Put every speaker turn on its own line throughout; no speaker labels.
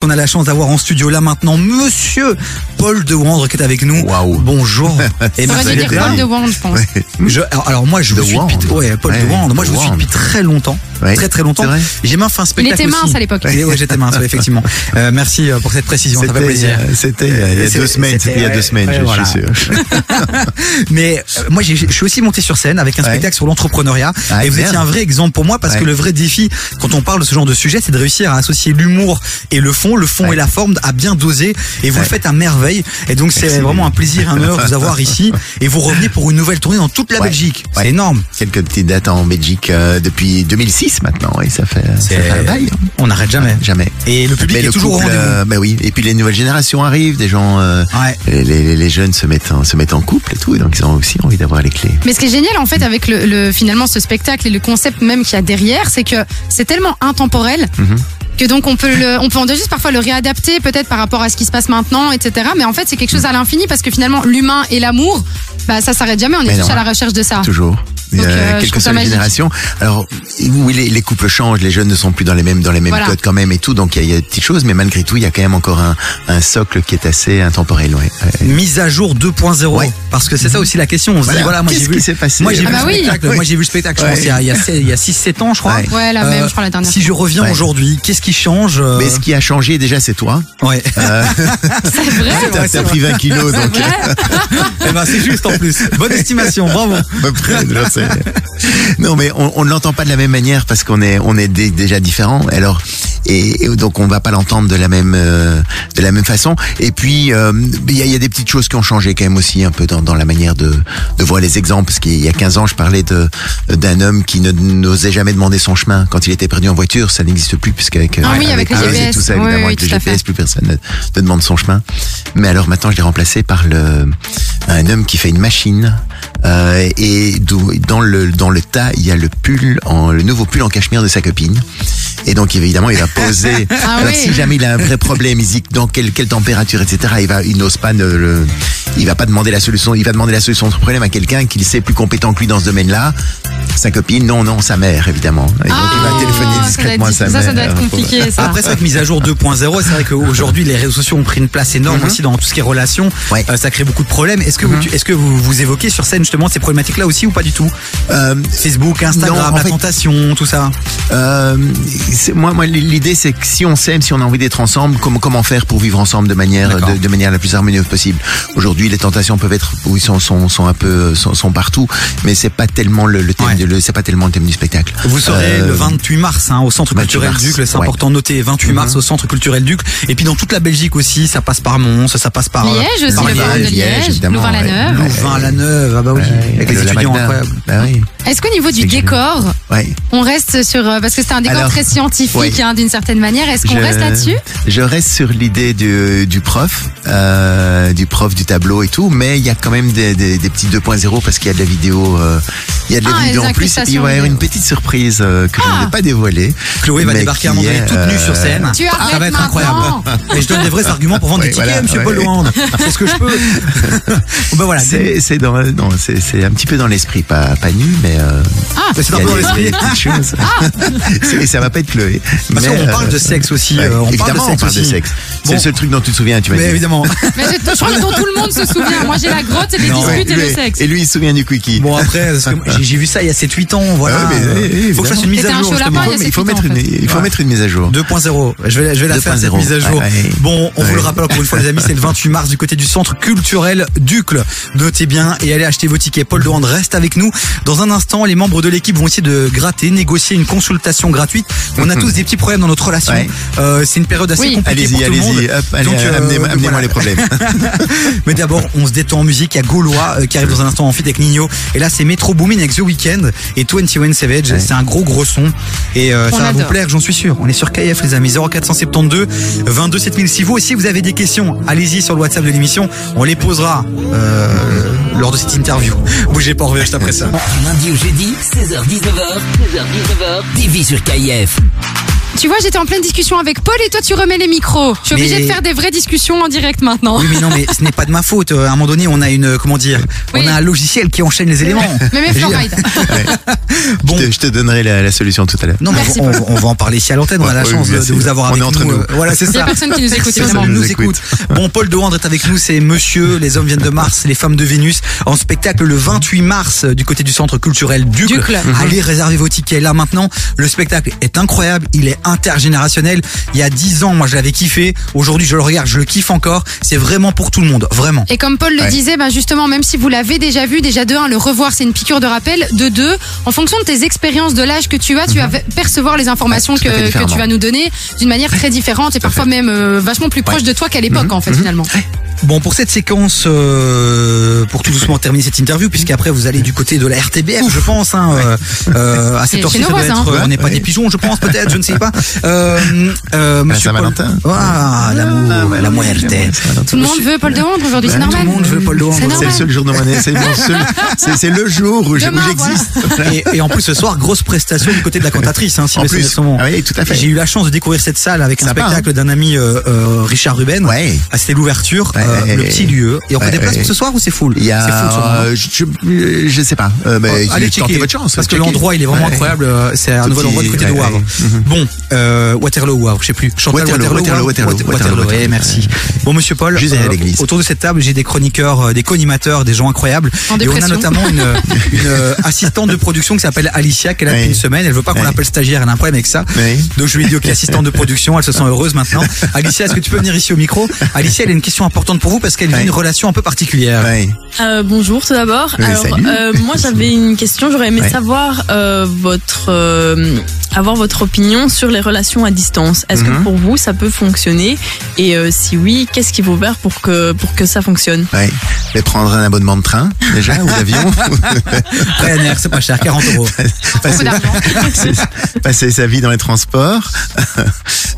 On a la chance d'avoir en studio là maintenant Monsieur Paul De Wandre qui est avec nous.
Waouh.
Bonjour. Et
Eh ben,
Ça
merci
veut dire
d'être là.
hein.
Paul de Wand, je pense.
Je- alors, alors moi je
De
vous suis depuis,
Wandre.
ouais, Paul
Ouais,
De Wandre. Moi je
De
vous suis
Wandre.
depuis très longtemps,
Ouais.
très très longtemps.
C'est vrai.
J'ai même fait un
Il
spectacle
était mince
aussi.
à l'époque.
Et ouais, j'étais mince, ouais, effectivement. Euh, merci euh, pour cette précision, ça fait plaisir.
euh, C'était euh, il y a
C'est-
deux semaines,
c'était,
c'était il y a
ouais,
deux semaines,
ouais,
je
voilà.
suis sûr.
Mais euh, moi, j'ai- je suis aussi monté sur scène avec un
Ouais.
spectacle sur l'entrepreneuriat.
Ah,
et vous
bien.
étiez un vrai exemple pour moi parce
Ouais.
que le vrai défi, quand on parle de ce genre de sujet, c'est de réussir à associer l'humour et le fond, le fond
Ouais.
et la forme, à bien doser. Et vous le
Ouais.
faites à merveille. Et donc, c'est
Merci.
vraiment un plaisir, et un honneur de vous avoir ici. Et vous revenez pour une nouvelle tournée dans toute la
Ouais.
Belgique. C'est
Ouais.
énorme.
Quelques petites dates en Belgique euh, depuis 2006 maintenant, et ça fait, ça
C'est-
fait un bail. hein.
On n'arrête jamais.
Jamais.
Et le public
mais
est
le
toujours au
couple,
rendez-vous.
euh, bah oui. Et puis les nouvelles générations arrivent, des gens, euh,
Ouais.
les, les, les jeunes se mettent, en, se mettent en couple et tout, et donc ils ont aussi envie d'avoir les clés.
Mais ce qui est génial en fait avec le, le- finalement ce spectacle et le concept même qu'il y a derrière, c'est que c'est tellement intemporel
Mhm.
que donc on peut le, on peut en juste parfois le réadapter peut-être par rapport à ce qui se passe maintenant, etc. Mais en fait c'est quelque chose à l'infini parce que finalement l'humain et l'amour, bah ça s'arrête jamais. On est
Mais
tous
non.
à la recherche de ça.
Toujours.
Ah. Donc,
Euh,
euh, je
quelle que
trouve ça
soit la
magique.
génération. Alors, oui, les, les couples changent, les jeunes ne sont plus dans les mêmes, dans les mêmes
Voilà.
codes quand même et tout, donc il y, a- il y a des petites choses, mais malgré tout, il y a quand même encore un, un socle qui est assez intemporel, ouais. Ouais.
Mise à jour 2.0.
Ouais. Mhm.
Parce que c'est ça aussi la question. On se dit,
Voilà.
voilà, moi j'ai
Qu'est-ce
vu.
qui s'est passé
Moi j'ai
Ah
vu,
bah
le
oui.
spectacle. Moi j'ai vu le spectacle, je
Ouais.
pense, il y a- il y a 6-7 il y a six, sept ans, je crois.
Ouais.
Ouais la
Euh,
même, je crois la dernière.
Si je reviens
Ouais.
aujourd'hui, qu'est-ce qui change euh,
Mais ce qui a changé déjà, c'est toi.
Ouais.
C'est vrai.
C'est
T'as
vrai, c'est
t'as pris 20 kilos, donc
vrai.
Eh ben, c'est juste en plus. Bonne estimation, bravo.
à peu près, Bah, je sais. Non, mais on, on ne l'entend pas de la même manière parce qu'on est, on est dé- déjà différent. Alors, et, et donc on va pas l'entendre de la même, euh, de la même façon. Et puis, euh, il y, a, il y a des petites choses qui ont changé quand même aussi un peu dans, dans la manière de, de voir les exemples. Parce qu'il y a 15 ans, je parlais de d'un homme qui ne n'osait jamais demander son chemin quand il était perdu en voiture. Ça n'existe plus puisqu'avec
Ah oui, avec les
Waze et
GPS.
tout ça,
Oui,
évidemment,
oui,
avec le
tout à fait.
GPS, plus personne ne, ne demande son chemin. Mais alors maintenant, je l'ai remplacé par le un homme qui fait une machine. Euh, et d'où- dans le dans le tas, il y a le pull, en, le nouveau pull en cachemire de sa copine. Et donc évidemment, il va poser.
Ah
Alors,
oui.
Si jamais il a un vrai problème, il se dit dans quelle, quelle température, etc. Il va, il n'ose pas ne le, il va pas demander la solution. Il va demander la solution de son problème à quelqu'un qu'il sait plus compétent que lui dans ce domaine-là. Sa copine, non, non, sa mère, évidemment. Et donc, il
Ah,
va téléphoner
ça doit
discrètement
être-
à sa
ça,
mère. euh,
ça doit être
pour-
compliqué ça.
Après, c'est vrai que mise à jour 2.0, c'est vrai qu'aujourd'hui, les réseaux sociaux ont pris une place énorme aussi dans tout ce qui est relations.
Ouais.
Euh, ça crée beaucoup de problèmes. Est-ce que, vous, est-ce que vous, vous évoquez sur scène justement ces problématiques-là aussi ou pas du tout
Euh,
Facebook, Instagram,
en
la
fait-
tentation, tout ça.
Euh, c'est- moi, moi l'idée c'est que si on s'aime, si on a envie d'être ensemble, comment comment faire pour vivre ensemble de manière
D'accord.
de, de manière la plus harmonieuse possible. Aujourd'hui, les tentations peuvent être oui sont sont, sont un peu sont, sont partout, mais c'est pas tellement le, le thème
Ouais.
du- le- c'est pas tellement le thème du spectacle.
Vous serez
Euh,
le 28 mars hein, au Centre
28
culturel
mars,
Ducle. C'est
ouais.
important de noter 28 mars au Centre culturel Ducle. Et puis dans toute la Belgique aussi, ça passe par Mons, ça passe par euh,
Liège aussi,
par
le
Liège,
forum de
Liège,
Liège,
évidemment,
Louvain-la-Neuve.
ouais.
Louvain, la Neuve. Ah bah oui, avec les
le
étudiants
Magda.
incroyables.
Bah oui.
Est-ce qu'au niveau du
C'est que je-
décor,
Ouais.
on reste sur euh, parce que c'est un décor
Alors,
très scientifique
ouais.
hein, d'une certaine manière. Est-ce qu'on
Je-
reste là-dessus
Je reste sur l'idée du, du prof, euh, du prof du tableau et tout, mais il y a quand même des, des, des petits 2.0 parce qu'il y a de la vidéo, euh, il y a de la
Ah,
vidéo
des
en plus. Et puis il
incrustations
va y avoir
vidéo.
une petite surprise euh, que je
Ah.
ne vais pas dévoiler.
Chloé va
mais
débarquer à un
qui
moment donné
est,
toute nue sur
euh,
scène. Ah,
Tu
ça
arrêtes
va être
maintenant.
incroyable. Et je donne des vrais arguments pour vendre
Ouais,
des tickets,
voilà,
monsieur
ouais.
Paul Hollande. C'est ce que je peux. ben voilà. C'est
C'est c'est dans euh, non c'est c'est un petit peu dans l'esprit pas pas nu mais euh,
Ah,
c'est
il
un
y a
peu
des- il y a
l'esprit.
des petites choses C'est- ça va pas être Chloé
Parce
mais,
qu'on
euh,
parle de sexe aussi.
ouais,
euh, on parle de
évidemment
sexe
on parle de
aussi.
sexe c'est
Bon.
le seul truc dont tu te souviens tu m'as dit
Mais évidemment.
Mais je, je crois que dont tout le monde se souvient. Moi, j'ai la grotte et les
Non.
disputes et
lui,
le sexe.
et lui il se souvient du quickie
Bon après, parce que moi, j'ai j'ai vu ça il y a 7-8 ans, voilà.
Ah ouais, mais,
Euh,
eh, eh,
faut que je
évidemment.
fasse une mise
C'était
à
un
jour
chaud
justement.
lapin,
il faut, il faut
c'est
mettre
tout, en
une, il faut
Ouais.
mettre une mise à jour
2.0. Je vais, la- je vais la faire cette
2.0.
mise à jour.
Ouais, ouais.
Bon, on vous
Ouais.
le rappelle pour une fois les amis, c'est le 28 mars du côté du centre culturel Ducle. Notez bien et allez acheter vos tickets. Paul Durand reste avec nous. Dans un instant, les membres de l'équipe vont essayer de gratter, négocier une consultation gratuite. On a tous des petits problèmes dans notre relation.
Ouais.
Euh, c'est une période assez
Oui.
compliquée pour
Allez-y,
tout le monde.
allez-y, hop, allez,
Donc, euh,
amenez-
donc
amenez-moi
voilà.
les problèmes.
Mais d'abord, on se détend en musique. Il y a Gaulois euh, qui arrive dans un instant en feat avec Nino. Et là, c'est Metro Boomin avec The Weeknd et 21 Savage. C'est un gros gros son. Et euh,
On
ça va vous
adore.
plaire, j'en suis sûr. On est sur KF, les amis. 0472 22 7000. Si vous aussi vous avez des questions, allez-y sur le WhatsApp de l'émission. On les posera euh, lors de cette interview. Bougez pas, on revient juste après ça.
Du lundi au jeudi, 16h19h, 16h19h, TV sur KIF.
Tu vois, j'étais en pleine discussion avec Paul et toi, tu remets les micros. Je obligé
Mais-
de faire des vraies discussions en direct maintenant.
Oui, mais non, mais ce n'est pas de ma faute. Euh, À un moment donné, on a une, euh, comment dire,
Oui.
on a un logiciel qui enchaîne les éléments.
Mais même
Je veux dire,
Floride.
Bon.
Je, te, je te donnerai la, la solution tout à l'heure.
Non, mais
Merci
on, on- on va en parler ici à l'antenne. on a
Ouais,
la
Ah oui,
chance de,
merci.
de vous avoir
On
avec
est entre
nous.
nous.
euh, Voilà, c'est
Il n'y a
ça.
personne qui nous écoute,
Personne
évidemment.
ne
nous
nous écoute. Bon, Paul Doandre est avec nous, c'est Monsieur, les hommes viennent de Mars, les femmes de Vénus, en spectacle le 28 mars euh, du côté du centre culturel Ducle.
Ducle.
Allez réserver vos tickets là maintenant. Le spectacle est incroyable, il est intergénérationnel. Il y a 10 ans, moi je l'avais kiffé. Aujourd'hui, je le regarde, je le kiffe encore. C'est vraiment pour tout le monde, vraiment.
Et comme Paul le
Ouais.
disait, bah justement, même si vous l'avez déjà vu, déjà de un, le revoir, c'est une piqûre de rappel. De deux, en fonction de tes expériences de l'âge que tu as,
Mhm.
tu vas percevoir les informations
Ouais, tout à fait
que, que
différemment.
tu vas nous donner d'une manière très différente et parfois même euh, vachement plus proche de toi qu'à
Mhm.
l'époque, en fait, finalement.
Bon, pour cette séquence, euh, pour tout doucement terminer cette
Mhm.
interview, puisqu'après vous allez du côté de la RTBF, je pense, hein, euh, euh, à cette
Chez
heure-ci,
nos
ça doit
voisins.
être, euh, on n'est pas
hein. Ouais.
des pigeons, je pense, peut-être, je ne sais pas. Euh, euh, monsieur Paul-
Saint-Valentin.
Ah, l'amour, la muerte.
Tout le monde veut Paul de Hongre aujourd'hui, c'est
Bah, Tout
normal.
le monde veut Paul de Hongre.
C'est
C'est le
normal.
seul jour de mon année, c'est mon seul- c'est- c'est le jour où je- où
Demain,
j'existe.
Et, et en plus, ce soir, grosse prestation du côté de la cantatrice, hein, si
En
mes souvenirs
plus,
sont bons.
Ah oui, tout à fait.
J'ai eu la chance de découvrir cette salle avec un
Sympa, hein.
spectacle d'un ami euh, euh, Richard Ruben.
Ouais.
Ah, c'était l'ouverture,
Ouais,
euh,
ouais,
le
ouais.
petit lieu. Et on
Ouais,
déplace
ouais.
pour ce soir ou c'est full
Il y
C'est full, sûrement.
a, euh, je, je- je sais pas, euh, mais
Oh, allez
tentez
checker,
votre chance.
parce que
checker.
l'endroit il est vraiment
Ouais.
incroyable euh, c'est un
Tout
nouvel endroit du
petit,
côté de
ouais,
Wavre
ouais.
bon euh, Waterloo ou Wavre je sais plus Chantal
Waterloo,
Waterloo
Waterloo,
Wavre
Waterloo,
Waterloo,
Waterloo,
Waterloo,
Waterloo.
ouais, merci bon monsieur Paul euh,
Juste derrière l'église.
autour de cette table j'ai des chroniqueurs euh, des co-animateurs des gens incroyables et
En
on a
dépression.
notamment une, une, euh, assistante de production qui s'appelle Alicia qui est là depuis
Ouais.
une semaine elle veut pas qu'on
Ouais.
l'appelle stagiaire elle a un problème avec ça
Ouais.
donc je lui ai dit ok assistante de production elle se sent heureuse maintenant Alicia est-ce que tu peux venir ici au micro Alicia elle a une question importante pour vous parce qu'elle vit
Ouais.
une relation un peu particulière
Ouais.
Euh, bonjour tout d'abord.
Oui,
Alors
salut.
euh, moi j'avais une question, j'aurais aimé
Ouais.
savoir euh, votre euh, avoir votre opinion sur les relations à distance. Est-ce
Mhm.
que pour vous ça peut fonctionner et euh, si oui, qu'est-ce qu'il faut faire pour que pour que ça fonctionne
Ouais. Mais prendre un abonnement de train,
Ah
déjà, ou d'avion.
Ryanair c'est pas cher 40 euros
Beaucoup d'argent.
passer- passer sa vie dans les transports.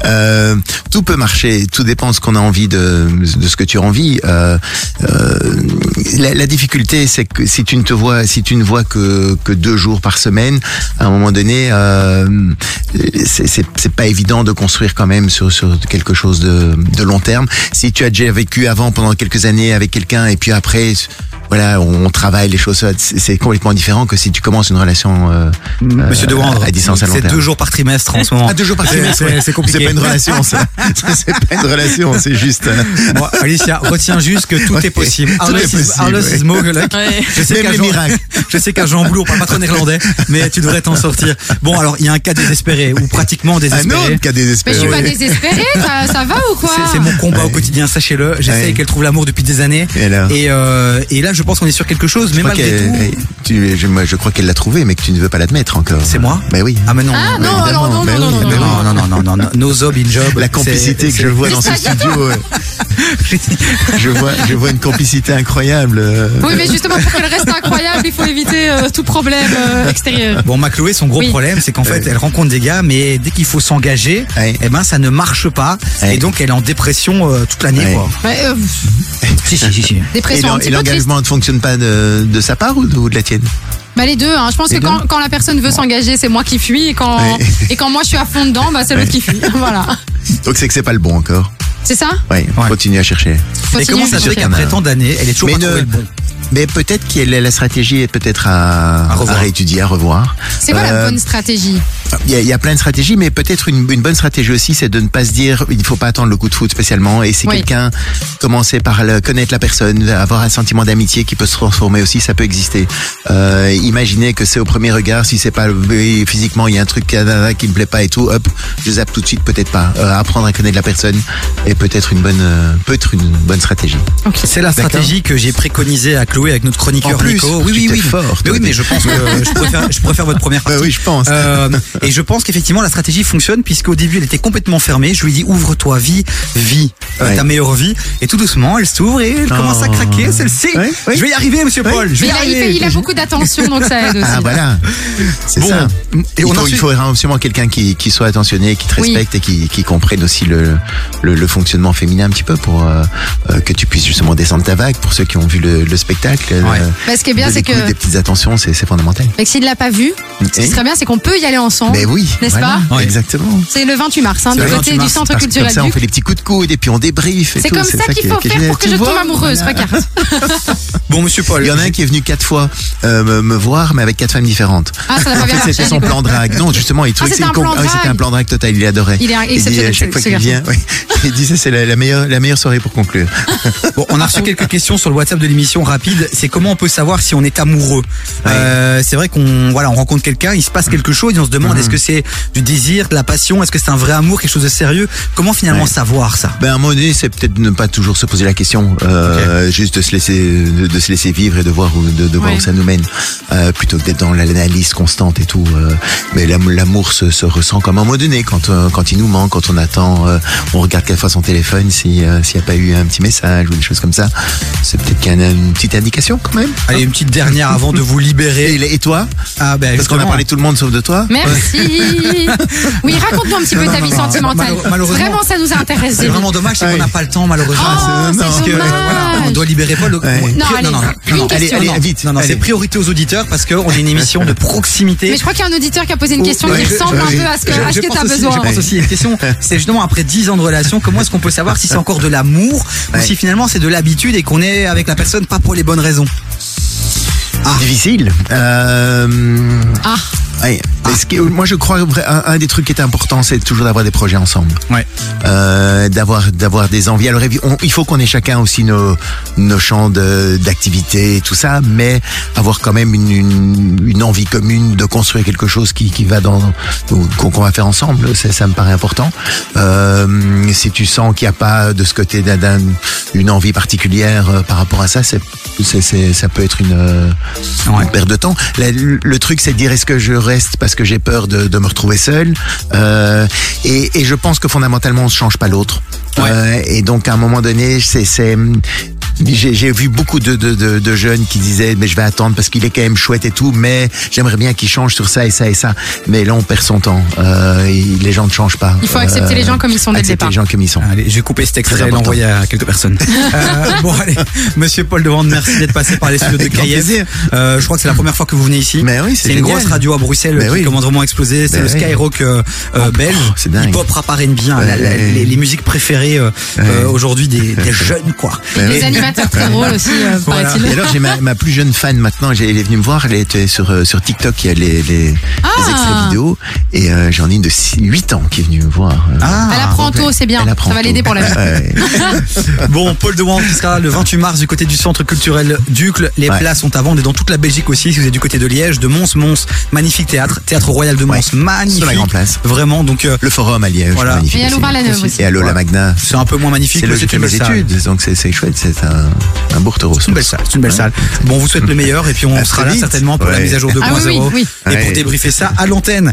Euh, tout peut marcher, tout dépend de ce qu'on a envie de, de ce que tu as envie. Euh, euh, la, la difficulté, c'est que si tu ne te vois, si tu ne vois que, que deux jours par semaine, à un moment donné, euh, c'est c'est- c'est pas évident de construire quand même sur, sur quelque chose de, de long terme. Si tu as déjà vécu avant pendant quelques années avec quelqu'un et puis après. Voilà, on travaille les choses. c'est- C'est complètement différent que si tu commences une relation euh,
Monsieur
euh,
De Wandre,
à distance à long
c'est
terme.
deux jours par trimestre en ce moment.
Ah, deux jours par
C'est-
trimestre,
c'est- C'est
C'est
compliqué.
pas une relation, ça. Ça, c'est pas une relation, c'est juste. euh,
Bon, Alicia, retiens juste que tout
Ouais.
est possible.
Tout
Arlos
est
is-
possible,
Arlos
ouais.
is mogelijk.
Ouais.
Je sais
Même
qu'à
les
Jean-
miracles.
Je sais qu'à Jean Blou, on parle pas trop néerlandais, mais tu devrais t'en sortir. Bon, alors, il y a un cas désespéré, ou pratiquement
Un
désespéré.
autre cas
Mais je
désespéré.
suis pas désespérée, ça, ça va ou quoi
C'est- C'est mon combat au quotidien, sachez-le. J'essaye
Ouais.
qu'elle trouve l'amour depuis des années.
Et alors
Et, euh, et là, je pense qu'on est sur quelque chose, mais
Je crois
malgré
qu'elle-
tout.
eh, tu- je, moi, je crois qu'elle l'a trouvé, mais que tu ne veux pas l'admettre encore.
C'est moi
Mais oui.
Ah, mais non.
Ah
mais-
non, alors non,
mais
non, non,
oui,
non,
mais
non,
non, non, non, non, non, non. No job in job.
La complicité que je vois dans ce
C'est ça,
studio, euh, je vois, je vois une complicité incroyable. euh,
Oui, mais justement, pour qu'elle reste incroyable, il faut éviter euh, tout problème euh, extérieur.
Bon, Macloé, son gros
Oui.
problème, c'est qu'en fait,
Ouais.
elle rencontre des gars, mais dès qu'il faut s'engager,
Ouais.
eh ben, ça ne marche pas.
Ouais.
Et donc, elle est en dépression euh, toute l'année,
Ouais.
quoi.
Ouais, euh, pff,
si, si, si, si.
Et,
dépression
l'en-
un
et
petit peu triste.
l'engagement ne fonctionne pas de, de sa part ou de, ou de la tienne
Bah les deux, hein. je pense
Les
que quand, quand la personne veut s'engager, c'est moi qui fuis et quand
Ouais.
et quand moi je suis à fond dedans, bah c'est l'autre qui fuit. Voilà.
Donc c'est que c'est pas le bon encore.
C'est ça
Ouais,
Ouais.
continue à chercher.
Et comment ça se fait
chercher.
qu'après tant d'années, elle est toujours
Mais
pas
ne-
trouvée le bon
Mais peut-être que la stratégie est peut-être à,
À revoir. Ah.
réétudier, à revoir.
C'est quoi
Euh,
la bonne stratégie
Il y, a, il y a plein de stratégies, mais peut-être une, une bonne stratégie aussi, c'est de ne pas se dire il faut pas attendre le coup de foot spécialement. Et si
Oui.
quelqu'un commencer par le- connaître la personne, avoir un sentiment d'amitié qui peut se transformer aussi, ça peut exister. Euh, imaginez que c'est au premier regard, si c'est pas oui, physiquement, il y a un truc qui qui me plaît pas et tout, hop, je zappe tout de suite, peut-être pas. Euh, apprendre à connaître la personne est peut-être une bonne, euh, peut être une bonne stratégie.
C'est la stratégie que j'ai préconisée à Chloé avec notre chroniqueur
En plus,
Nico. Oui,
tu
oui,
t'es
oui.
fort,
mais
toi,
oui, mais je pense que euh, je préfère, je préfère votre première
Bah
partie.
oui, je pense.
Euh, et je pense qu'effectivement la stratégie fonctionne puisqu'au début elle était complètement fermée. Je lui ai dit ouvre-toi, vie, vie, euh,
Ouais.
ta meilleure vie. Et tout doucement elle s'ouvre et elle commence à
Oh.
craquer celle-ci.
Ouais, ouais.
Je vais y arriver, Monsieur
Ouais.
Paul. Je vais
Mais
y
là, il,
arriver.
fait- il a beaucoup d'attention donc ça aide aussi.
Ah voilà, c'est
Bon.
ça.
Et
il,
on a
faut,
ensuite-
il faut absolument quelqu'un qui, qui soit attentionné, qui te
Oui.
respecte et qui, qui comprenne aussi le, le, le fonctionnement féminin un petit peu pour euh, euh, que tu puisses justement descendre ta vague. Pour ceux qui ont vu le, le spectacle,
Ouais.
euh,
Bah, ce qui est bien,
des,
c'est
coups,
que
des petites attentions, c'est c'est fondamental.
mais que s'il ne l'a pas vu, ce qui
Et-
serait bien, c'est qu'on peut y aller ensemble.
Mais oui.
N'est-ce
voilà,
pas Ouais.
Exactement.
C'est le 28 mars, hein,
C'est
du
le
côté
28
du
mars,
centre
Parce que comme
culturel
ça, on
du.
fait les petits coups de coude et puis on débrief. et
C'est
tout,
comme ça
qui
qu'il
est-
faut
qui est
faire
génial.
pour que
Tu
je tombe
vois
amoureuse. Regarde.
Bon, monsieur Paul.
Il y en a un qui est venu quatre fois euh, me, me voir, mais avec quatre femmes différentes.
Ah, ça n'a pas bien
fait,
marché,
c'était son
du coup.
plan drague. Non, justement, il trouvait
Ah,
que
c'était
une
un plan
con- Ah oui, c'était
drague.
un plan drague total. Il adorait.
Il
il
est
euh,
dit, à
exceptionnel,
chaque
ce-
fois
ce
qu'il
garçon.
vient, oui, il dit ça, c'est la, la meilleure, la meilleure soirée pour conclure.
Bon, on a reçu quelques questions sur le WhatsApp de l'émission rapide. C'est comment on peut savoir si on est amoureux. Euh, c'est vrai qu'on voilà, on rencontre quelqu'un, il se passe quelque chose, et on se demande
Mhm.
est-ce que c'est du désir, de la passion, est-ce que c'est un vrai amour, quelque chose de sérieux. Comment finalement
Ouais.
savoir ça
Ben, à un moment donné, c'est peut-être de ne pas toujours se poser la question, euh, juste de se laisser, de, de se laisser vivre et de voir où, de, de voir
Ouais.
où ça nous mène, euh, plutôt que d'être dans l'analyse constante et tout. euh, mais l'am- l'amour se, se ressent comme à un moment donné, quand, euh, quand il nous manque, quand on attend, euh, on regarde quelquefois son téléphone si, euh, s'il n'y a pas eu un petit message ou des choses comme ça. C'est peut-être qu'il y a une, une petite indication quand même.
Allez, une petite dernière avant de vous libérer.
Et, et toi
Ah ben
Parce qu'on a
justement.
parlé de tout le monde sauf de toi.
Merci. Oui, raconte-nous un petit peu
Non,
ta
non,
vie
non, non,
sentimentale.
malheure- malheureusement.
Vraiment, ça nous a intéressé.
C'est vraiment dommage, c'est
Ah
qu'on
oui. Ah,
n'a pas le temps malheureusement.
Oh,
c'est
Parce que,
dommage.
voilà, on doit libérer Paul. Donc,
Ouais.
on-
Non, allez,
non, non,
une
non,
question.
Allez,
non,
allez, vite.
Non, non,
allez.
c'est priorité aux auditeurs parce qu'on est une émission de proximité.
Mais je crois qu'il y a un auditeur qui a posé une
Oui,
question
oui,
qui
Oh, je-
ressemble un
oui.
peu à ce que,
Je-
à ce
je
que
pense
t'as
aussi-
besoin.
Je pense aussi à une question. C'est justement après 10 ans de relation, comment est-ce qu'on peut savoir si c'est encore de l'amour ou
Ouais.
si finalement c'est de l'habitude et qu'on est avec la personne pas pour les bonnes raisons Ah.
Difficile. Euh,
Ah,
Ouais. Mais ce qui- moi, je crois vra- un, un des trucs qui est important, c'est toujours d'avoir des projets ensemble,
Ouais.
Euh, d'avoir d'avoir des envies. Alors, évi- on- il faut qu'on ait chacun aussi nos nos champs de- d'activité, et tout ça, mais avoir quand même une, une, une envie commune de construire quelque chose qui qui va dans ou qu'on qu'on va faire ensemble. Ça, ça me paraît important. Euh, si tu sens qu'il n'y a pas de ce côté d'un- d'un- une envie particulière euh, par rapport à ça, c'est c'est- c'est- ça peut être une euh,
Ouais.
une perte de temps. La- le truc, c'est de dire est-ce que je reste parce que j'ai peur de, de me retrouver seul. Euh, et, et je pense que fondamentalement, on ne change pas l'autre.
Ouais.
Euh, et donc, à un moment donné, c'est, c'est j'ai, j'ai vu beaucoup de, de, de, de jeunes qui disaient mais je vais attendre parce qu'il est quand même chouette et tout, mais j'aimerais bien qu'il change sur ça et ça et ça. Mais là, on perd son temps. Euh, il- les gens ne changent pas.
il faut accepter
Euh,
les gens comme ils sont dès le
accepter
départ. Ah.
les gens comme ils sont.
Allez, je vais couper cet
Très
extrait et
important.
l'envoyer à quelques personnes. Euh, bon, allez, monsieur Paul Devande, merci d'être passé par les studios de
Avec grand
Cayenne.
plaisir.
Euh, je crois que c'est la première fois que vous venez ici.
Mais oui, c'est
C'est une
génial.
grosse radio à Bruxelles
Mais
qui
oui.
commence vraiment à exploser. C'est
Mais
le
oui. Oh,
skyrock euh, euh, belge.
c'est dingue.
Hip-hop rap bien.
Ouais.
hein, les, les musiques préférées euh, euh, aujourd'hui des, des jeunes, quoi.
Mais
Les
oui.
animateurs très drôles aussi, euh,
Voilà.
paraît-il.
Et Ah, alors j'ai ma, ma plus jeune fan maintenant, j'ai- elle est venue me voir, elle était sur, euh, sur TikTok, il y a les, les,
Ah.
les extraits vidéo, et euh, j'en ai une de 8 ans qui est venue me voir. euh,
Ah.
Elle apprend tôt, c'est bien.
elle apprend
Ça va
tout.
l'aider pour la vie.
Ouais.
Bon, Paul de Wand qui sera le 28 mars du côté du centre culturel Ducle. Les
Ouais.
places sont à vendre et dans toute la Belgique aussi. Si vous êtes du côté de Liège, de Mons, Mons, magnifique théâtre, théâtre royal de Mons,
Ouais.
magnifique.
Sur la grande place.
Vraiment, donc euh,
Le forum à Liège,
Voilà.
magnifique
Et à
aussi.
Louvain-la-Neuve aussi.
Et à Lola Magna.
c'est un peu moins magnifique.
C'est là
mais
où j'ai fait
une
mes
belle salle.
études, donc c'est c'est chouette, c'est un, un beau retour aux
C'est une belle
sources.
salle, c'est une belle salle. Bon, on vous souhaite le meilleur et puis on
À
sera
très
là
vite.
certainement pour la
Ouais.
mise à jour 2.0
Ah oui, oui,
et
oui.
pour débriefer ça à l'antenne.